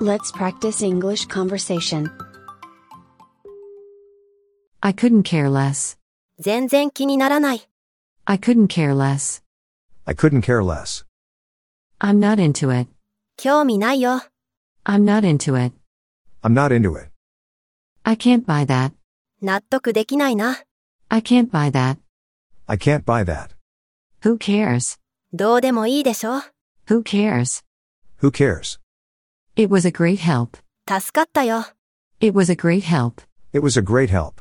Let's practice English conversation. I couldn't care less. 全然気にならない。 I couldn't care less. I couldn't care less. I'm not into it. 興味ないよ。 I'm not into it. I'm not into it. I can't buy that. 納得できないな。 I can't buy that. I can't buy that. Who cares? どうでもいいでしょ。 Who cares? Who cares? It was a great help. 助かったよ。 It was a great help. It was a great help.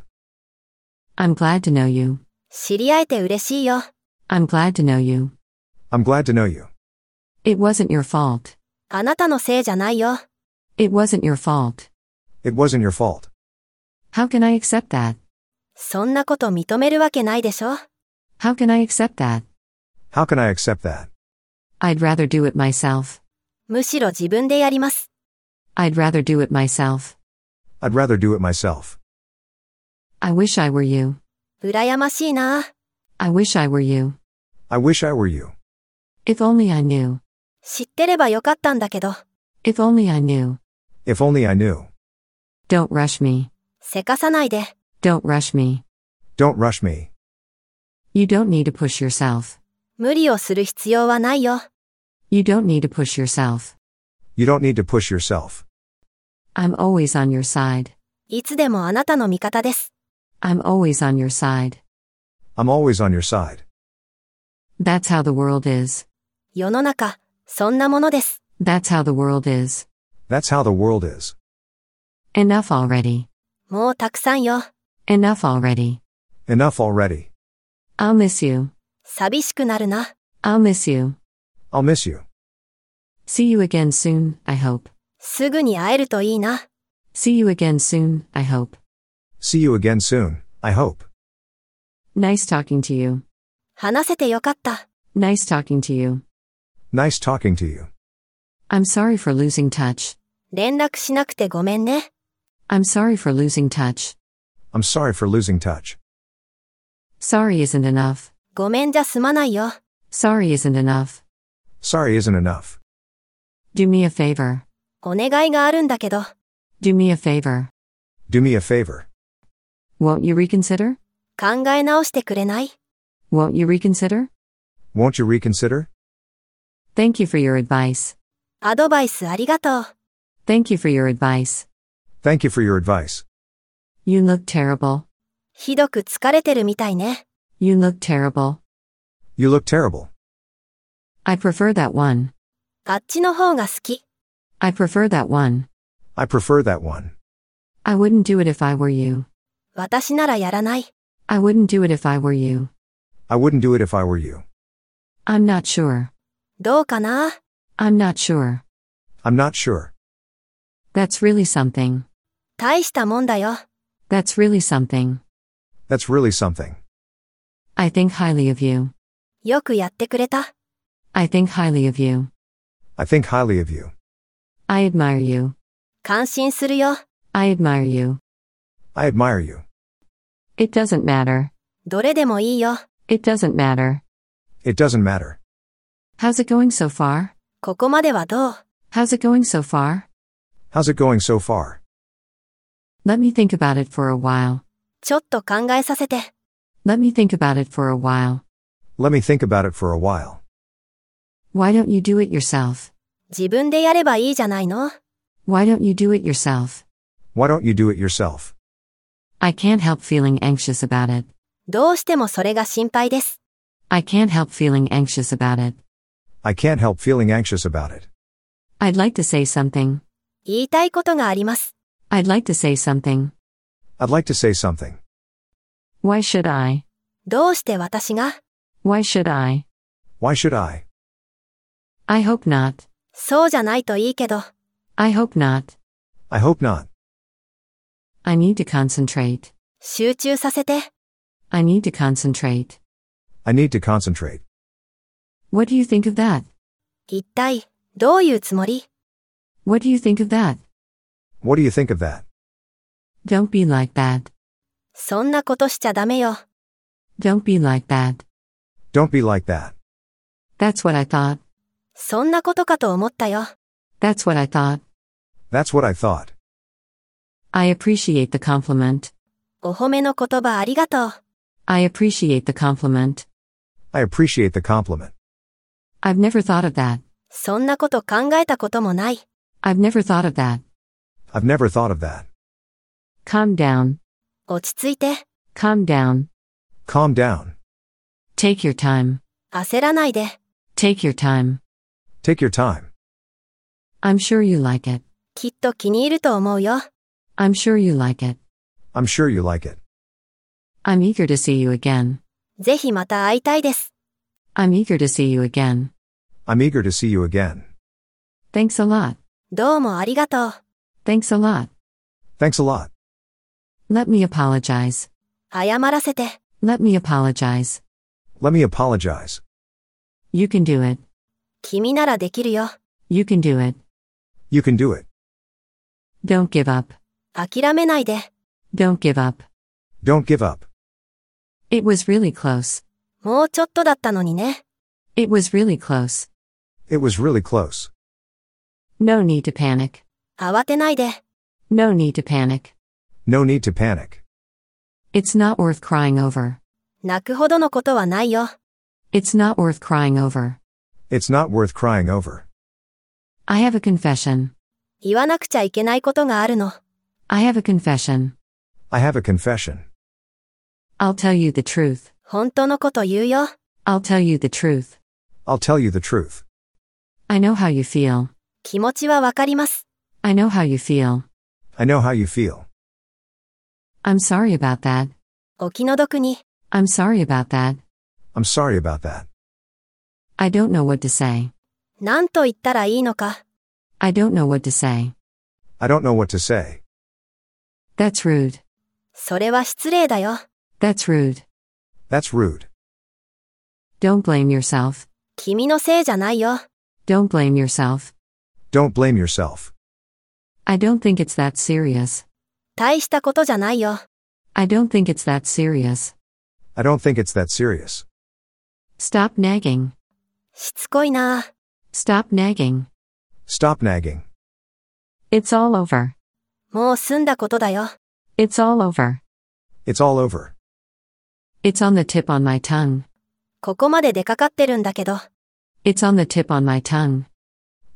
I'm glad to know you. 知り合えて嬉しいよ。 I'm glad to know you. I'm glad to know you. It wasn't your fault. あなたのせいじゃないよ。 It wasn't your fault. It wasn't your fault. How can I accept that? そんなこと認めるわけないでしょ。 How can I accept that? How can I accept that? I'd rather do it myself. むしろ自分でやります。 I'd rather do it myself. I'd rather do it myself. I wish I were you. 羨ましいな。 I wish I were you. I wish I were you. If only I knew. 知ってればよかったんだけど。 If only I knew. If only I knew. Don't rush me. せかさないで。 Don't rush me. Don't rush me. You don't need to push yourself. 無理をする必要はないよ。 You don't need to push yourself. You don't need to push yourself. I'm always on your side. いつでもあなたの味方です。 I'm always on your side. I'm always on your side. That's how the world is. 世の中、そんなものです。 That's how the world is. That's how the world is. Enough already. もうたくさんよ。 Enough already. Enough already. I'll miss you. 寂しくなるな。 I'll miss you. I'll miss you. See you again soon, I hope. すぐに会えるといいな。 See you again soon, I hope. See you again soon, I hope. Nice talking to you. 話せてよかった。 Nice talking to you. Nice talking to you. I'm sorry for losing touch. 連絡しなくてごめんね。 I'm sorry for losing touch. I'm sorry for losing touch. Sorry isn't enough. ごめんじゃ済まないよ。 Sorry isn't enough. Sorry isn't enough. Do me a favor. お願いがあるんだけど、 Do me a favor. Do me a favor. Won't you reconsider? 考え直してくれない Won't you reconsider? Won't you reconsider? Thank you for your advice. アドバイスありがとう。 Thank you for your advice. Thank you for your advice. You look terrible. ひどく疲れてるみたいね。 You look terrible. You look terrible. I prefer that one. あっちの方が好き。 I prefer that one. I prefer that one. I wouldn't do it if I were you. 私ならやらない。 I wouldn't do it if I were you. I wouldn't do it if I were you. I'm not sure. どうかな I'm not sure. I'm not sure. That's really something. 大したもんだよ。 That's really something. That's really something. I think highly of you. よくやってくれた。 I think highly of you. I think highly of you. I admire you. 感心するよ。 I admire you. I admire you. It doesn't matter. どれでもいいよ。 It doesn't matter. It doesn't matter. How's it going so far? ここまではどう How's it going so far? How's it going so far? Let me think about it for a while. ちょっと考えさせて。 Let me think about it for a while. Let me think about it for a while. Why don't you do it yourself? 自分でやればいいじゃないの Why don't you do it yourself? Why don't you do it yourself? I can't help feeling anxious about it. どうしてもそれが心配です。 I can't help feeling anxious about it. I can't help feeling anxious about it. I'd like to say something. 言いたいことがあります。 I'd like to say something. I'd like to say something. Why should I? どうして私が Why should I? Why should I? I hope not. そうじゃないといいけど、 I hope not. I hope not. I need to concentrate. 集中させて。 I need to concentrate. I need to concentrate. What do you think of that? 一体、どういうつもり What do you think of that? What do you think of that? Don't be like that. そんなことしちゃダメよ。 Don't be like that. Don't be like that. That's what I thought. そんなことかと思ったよ。 That's what I thought. That's what I thought. I appreciate the compliment. お褒めの言葉ありがとう。 I appreciate the compliment. I appreciate the compliment. I've never thought of that. そんなこと考えたこともない。 I've never thought of that. I've never thought of that. Calm down. 落ち着いて、 Calm down. Calm down. Take your time. 焦らないで。 Take your time. Take your time. I'm sure you like it. きっと気に入ると思うよ。 I'm sure you like it. I'm sure you like it. I'm eager to see you again. ぜひまた会いたいです。 I'm eager to see you again. I'm eager to see you again. Thanks a lot. どうもありがとう。 Thanks a lot. Thanks a lot. Let me apologize. 謝らせて。 Let me apologize. Let me apologize. You can do it. 君ならできるよ。 You can do it. You can do it. Don't give up. 諦めないで。 Don't give up. Don't give up. It was really close. もうちょっとだったのにね。 It was really close. It was really close. No need to panic. 慌てないで。 No need to panic. No need to panic. It's not worth crying over. 泣くほどのことはないよ。 It's not worth crying over. It's not worth crying over. I have a confession. 言わなくちゃいけないことがあるの。 I have a confession. I have a confession. I'll tell you the truth. 本当のこと言うよ。 I'll tell you the truth. I'll tell you the truth. I know how you feel. 気持ちはわかります。 I know how you feel. I know how you feel. I'm sorry about that. お気の毒に。 I'm sorry about that. I'm sorry about that. I don't know what to say. 何と言ったらいいのか。 I don't know what to say. I don't know what to say. That's rude. それは失礼だよ。 That's rude. That's rude. Don't blame yourself. 君のせいじゃないよ。 Don't blame yourself. Don't blame yourself. I don't think it's that serious. 大したことじゃないよ。 I don't think it's that serious. I don't think it's that serious. Stop nagging. しつこいなあ Stop nagging. Stop nagging. It's all over. もう済んだことだよ。 It's all over. It's all over. It's on the tip on my tongue. ここまで出かかってるんだけど。 It's on the tip on my tongue.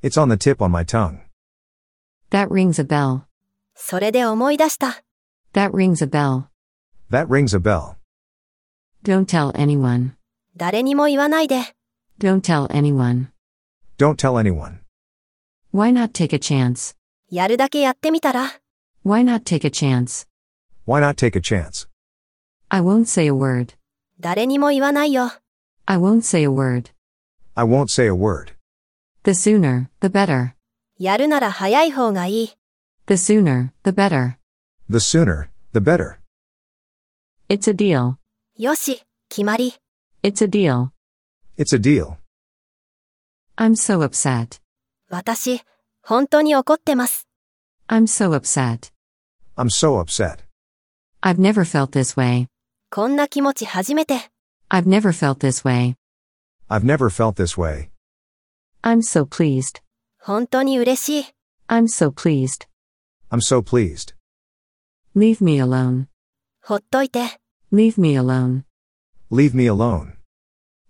It's on the tip on my tongue. That rings a bell. それで思い出した。 That rings a bell. That rings a bell. Don't tell anyone. 誰にも言わないで。 Don't tell anyone. Don't tell anyone. Why not take a chance? やるだけやってみたら。 Why not take a chance? Why not take a chance? I won't say a word. 誰にも言わないよ。 I won't say a word. I won't say a word. The sooner, the better. やるなら早い方がいい。 The sooner, the better. The sooner, the better. It's a deal. よし、決まり。 It's a deal. It's a deal. I'm so upset. 私、本当に怒ってます。 I'm so upset. I'm so upset. I've never felt this way. こんな気持ち初めて。 I've never felt this way. I've never felt this way. I'm so pleased. 本当に嬉しい。 I'm so pleased. I'm so pleased. Leave me alone. ほっといて。 Leave me alone. Leave me alone.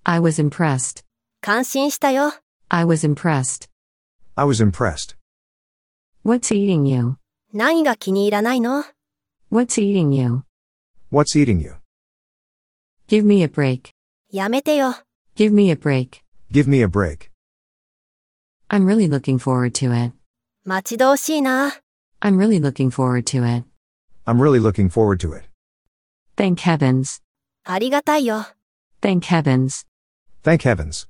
I was impressed. 感心したよ。 I was impressed. I was impressed. What's eating you? 何が気に入らないの What's eating you? What's eating you? Give me a break. やめてよ。 Give me a break. Give me a break. I'm really looking forward to it. 待ち遠しいなあ。 I'm really looking forward to it. I'm really looking forward to it. Thank heavens. ありがたいよ。あ Thank heavens. Thank heavens.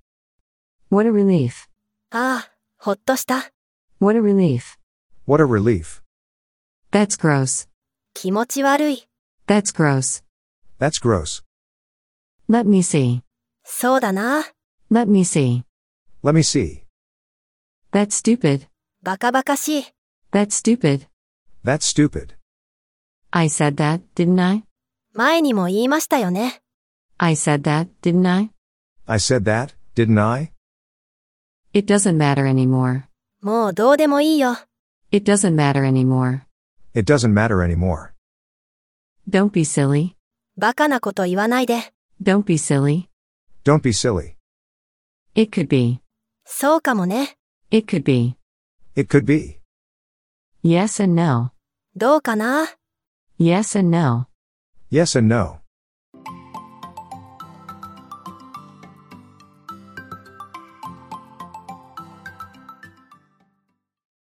What a relief. あ、ほっとした。 What a relief. What a relief. That's gross. 気持ち悪い。 That's gross. That's gross. Let me see. そうだなあ。 Let me see. Let me see. That's stupid. バカバカしい。 That's stupid. That's stupid. I said that, didn't I? 前にも言いましたよね。 I said that, didn't I? I said that, didn't I? It doesn't matter anymore. もうどうでもいいよ。 It doesn't matter anymore. It doesn't matter anymore. Don't be silly. バカなこと言わないで。 Don't be silly. Don't be silly. It could be. そうかもね。 It could be. It could be. Yes and no. どうかな Yes and no. Yes and no.